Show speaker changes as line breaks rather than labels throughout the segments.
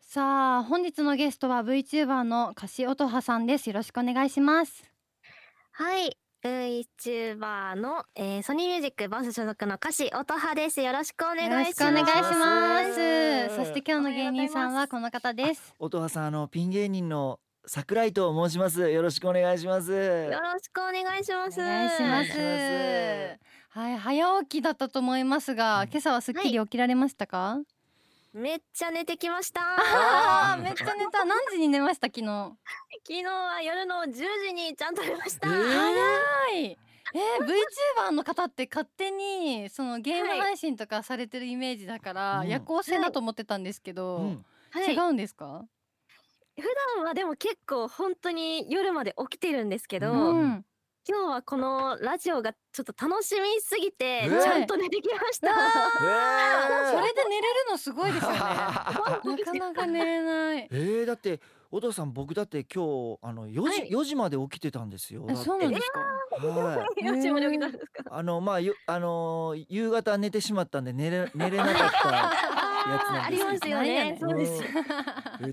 さあ、本日のゲストは VTuber のかしおとはさんです。よろしくお願いします。
はい、VTuber の、えー、ソニーミュージックバンス所属の歌詞音葉です。よろしくお願いします。
よろしくお願いします。えー、そして今日の芸人さんはこの方です。
音葉さん、あのピン芸人の桜井と申します。よろしくお願いします。
よろしくお願いします。、
お願いします。はい、早起きだったと思いますが、今朝はすっきり起きられましたか？はい
めっちゃ寝てきました。
めっちゃ寝た。何時に寝ました昨日？
昨日は夜の10時にちゃんと寝ました。
えー、早い。えー、VTuber の方って勝手にそのゲーム配信とかされてるイメージだから、はい、夜行性だと思ってたんですけど、はい、違うんですか？
普段はでも結構本当に夜まで起きてるんですけど、うん、今日はこのラジオがちょっと楽しみすぎてちゃんと寝てきました、
えー、それで寝れるのすごいですよねなかなか寝れない
えー、だってお父さん僕だって今日あの4時、はい、時まで起きてたんですよ。
そうなんですか。
はい、4時まで起きたんですか。
あのまあよあのー、夕方寝てしまったんで寝れ寝れなかった。
ありますよね。そうです。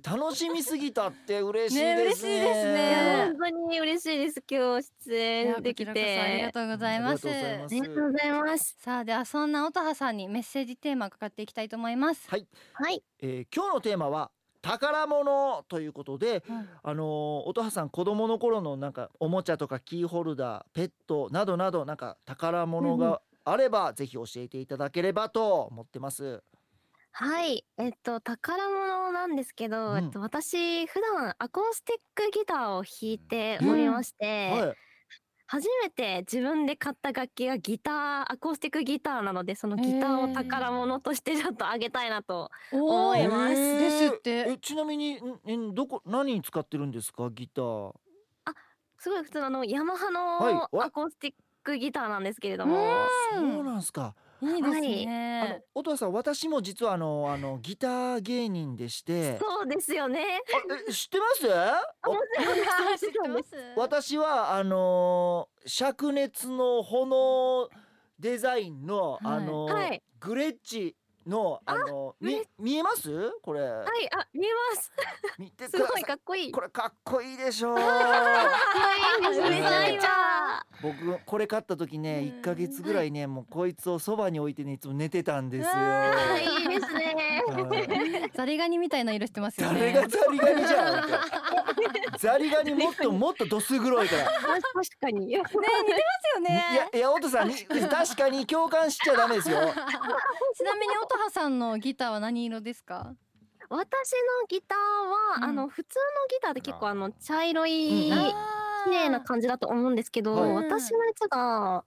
楽しみすぎたって嬉しいですね。
本当に嬉しいです。今日出演できて。
ありがとうございます。
ありがとうございます。
さあではそんな音羽さんにメッセージテーマかかっていきたいと思います。
はい。
はい。
え今日のテーマは宝物ということで、あの音羽さん子供の頃のなんかおもちゃとかキーホルダー、ペットなどなどなんか宝物があればぜひ教えていただければと思ってます。
はい、えっと宝物なんですけど、うん、えっと私普段アコースティックギターを弾いておりまして、うんはい、初めて自分で買った楽器がギターアコースティックギターなのでそのギターを宝物としてちょっとあげたいなと思います。
ですって
えちなみにえどこ何に使ってるんですかギター？
あすごい普通のヤマハのアコースティックギターなんですけれども。
はい、そうなんですか。
いいですね。はい、あの
音羽さん、私も実はあのあのギター芸人でして。
そうですよね。
え知ってます？ 私はあの灼熱の炎デザインの、あの、はい、グレッチ。のあの見見えますこれはい
あ見えます
見て
すごいかっこいい
これかっこいいで しょう僕これ買った時ね一ヶ月ぐらいねもうこいつをそばに置いてねいつも寝てたんですよ
いいです ね
ザリガニみたいな色してますよ
ね誰がザリガニじゃん ザリガニもっともっとどす黒いから
確かにね
似てますよね
いやいやおとさん確かに共感しちゃダメですよ
ちなみに音羽さんのギターは何色ですか
私のギターは、うん、あの普通のギターで結構あの茶色い、うん、綺麗な感じだと思うんですけど、うん、私のやつが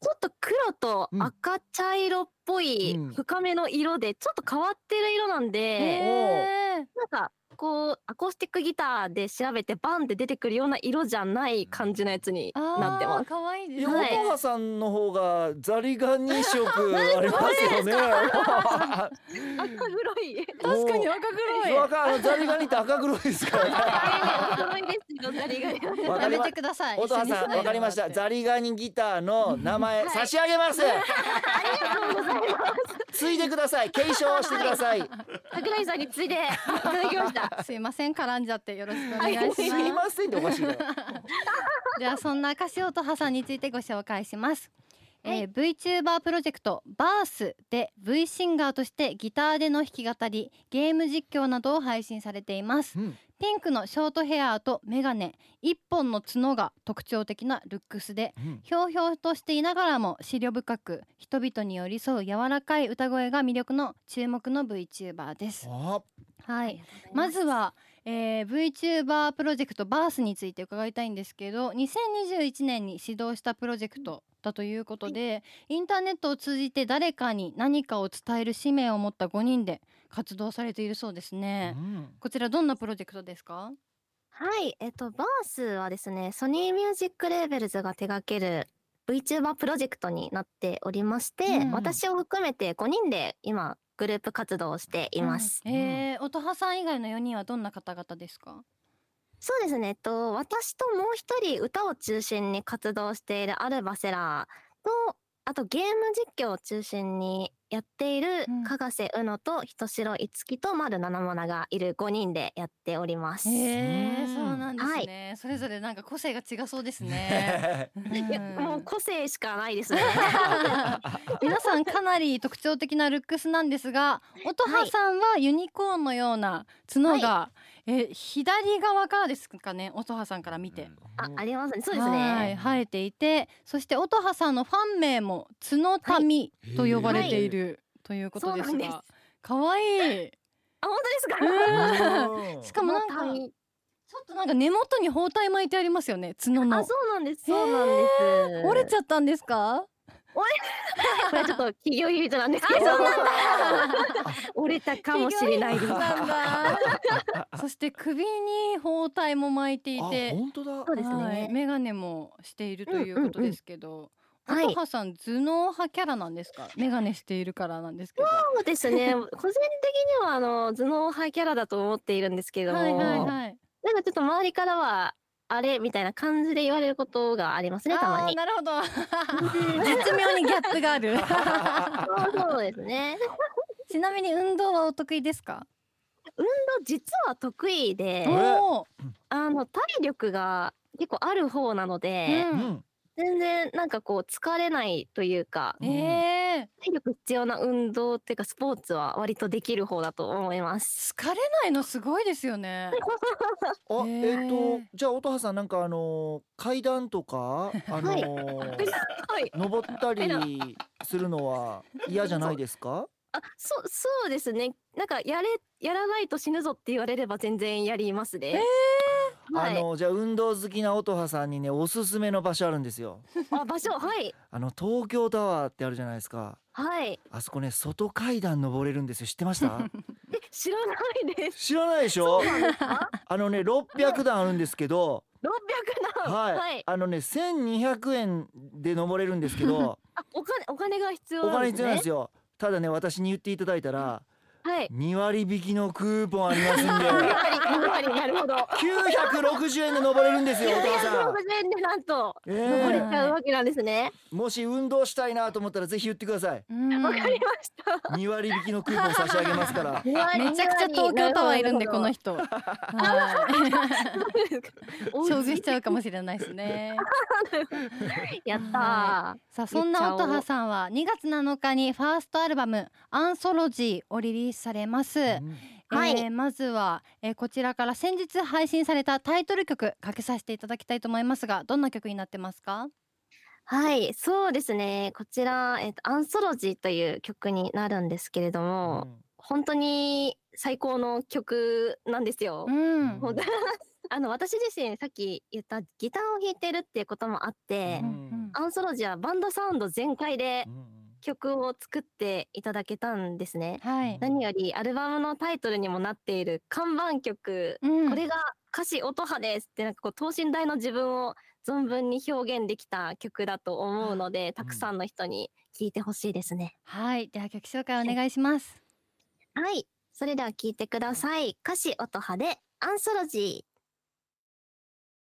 ちょっと黒と赤茶色っぽい深めの色でちょっと変わってる色なんで、なんかこうアコースティックギターで調べてバンって出てくるような色じゃない感じのやつになってます。
可愛いです
ね。横川さんの方がザリガニ色ありますよね。
赤 黒 い。
確かに赤黒い。
赤あのザリガニって赤黒いですから。
黒いですよザリガニ。
やめてください。
横川さんわかりました。ザリガニギターの名前差し上げます。。
ありがとうございます
ついでください。継承してください。
桜井さんについでいただきました。
すいません絡んじゃってよろしくお願いします。
すいませんでおかしいな。
ではそんな柏と葉さんについてご紹介します。えー、VTuber プロジェクトバースで V シンガーとしてギターでの弾き語りゲーム実況などを配信されています、うん、ピンクのショートヘアとメガネ一本の角が特徴的なルックスで、うん、ひょうひょうとしていながらも思慮深く人々に寄り添う柔らかい歌声が魅力の注目の VTuber ですはいまずはえー、VTuber プロジェクトバースについて伺いたいんですけど2021年に始動したプロジェクトだということで、インターネットを通じて誰かに何かを伝える使命を持った5人で活動されているそうですね、うん、こちらどんなプロジェクトですか
はい、えっと、バースはですねソニーミュージックレーベルズが手掛ける VTuber プロジェクトになっておりまして、うん、私を含めて5人で今グループ活動をしています。
うん、えー、音羽さん以外の4人はどんな方々ですか
そうですね、えっと、私ともう一人歌を中心に活動しているアルバセラとあとゲーム実況を中心にやっている、
うん
かがせうのとひとしろいつきとまるななもながいる5人でやっております。
へえ、
うん
そうなんですね、それぞれなんか個性が違そうですね。
いやもう個性しかないですね。
皆さんかなり特徴的なルックスなんですが音羽さんはユニコーンのような角が、え左側からですかね音羽さんから見て、
あありますね。そうです
は
ね。
い生えていてそして音羽さんのファン名も角民と呼ばれている、ということです
そうなんで
が可愛いい
あ本当ですか。
うんしかもなんか
こ
ち
の民
ょっとなんか根元に包帯巻いてありますよね角
あ
の
そうなんです。そうなんです。
折れちゃったんですか
これちょっと企業秘密なんですけど。折れたかもしれないです。
気が
そ
緩んだ そして首に包帯も巻いていて
本当だ
うです
はい、
ね。
メガネもしているということですけど、
うんうんうん
音羽さん頭脳派キャラなんですか、メガネしているからなんですけど、
そうですね。個人的にはあの頭脳派キャラだと思っているんですけれども、
はいはいはい
なんかちょっと周りからはあれみたいな感じで言われることがありますね。たま
あー
に。
なるほど 絶妙にギャップがあ る
そうそう ですね。
ちなみに運動はお得意ですか、
実は得意で、
おー
あの体力が結構ある方なので、
う
うんん
全然なんかこう疲れないというか、
うん
え
体力必要な運動っていうかスポーツは割とできる方だと思います。
ー、疲れないのすごいですよね
あ、
へ
えっ、
ー
とじゃあ音羽さんなんかあのー階段とかあのー
はい。
登ったりするのは嫌じゃないで すか？
あ、そそうですね。なんかやれやらないと死ぬぞって言われれば全然やりますね。は
あ
い。
のじゃあ運動好きな音羽さんにねおすすめの場所あるんですよ。
あ、場所はい
あの東京タワーってあるじゃないですか。
はい。
あそこね外階段登れるんですよ。知って ました？
え、知らない です。
知らないでしょ？
あ
あのね600段あるんですけど、
600段。
はい、あのね1200円で登れるんですけど、
あ、お金お金が必要
お
なんで
金必
す
要なん
ね
です。よ。ただね私に言っていただいたら
はい。
2割引きのクーポンありますん で
やはりやはりなるほ ど。
960円で登れるん ですよ音羽さん。
960円でなんと
え
登れち
え
ゃうわけなんですね。
もし運動したいなと思ったらぜひ言ってください。
うん
わ、かりました。
2割引きのクーポン差し上げますから。
めちゃくちゃ東京タワーいるんでこの
人。
人 はい
衝
遭 遇しちゃうかもしれないですね
やった
さあそんな音羽さんは2月7日にファーストアルバム「アンソロジー」をリリースされます、
うん
はい
えーまずは、えーこちらから先日配信されたタイトル曲かけさせていただきたいと思いますがどんな曲になってますか
ー。はい、そうですね。こちら、えっと、アンソロジーという曲になるんですけれども、本当に最高の曲なんですよ。
うん
本当 あの、私自身、さっき言ったギターを弾いてるっていうこともあって、
うん
アンソロジーはバンドサウンド全開で
うん
曲を作っていただけたんですね。
はい、
何よりアルバムのタイトルにもなっている看板曲、
うん
これが歌詞音波ですってなんかこう等身大の自分を存分に表現できた曲だと思うので、たくさんの人に聴いてほしいですね。
はいでは曲紹介お願いします
はい、それでは聴いてください。歌詞音波でアンソロジー。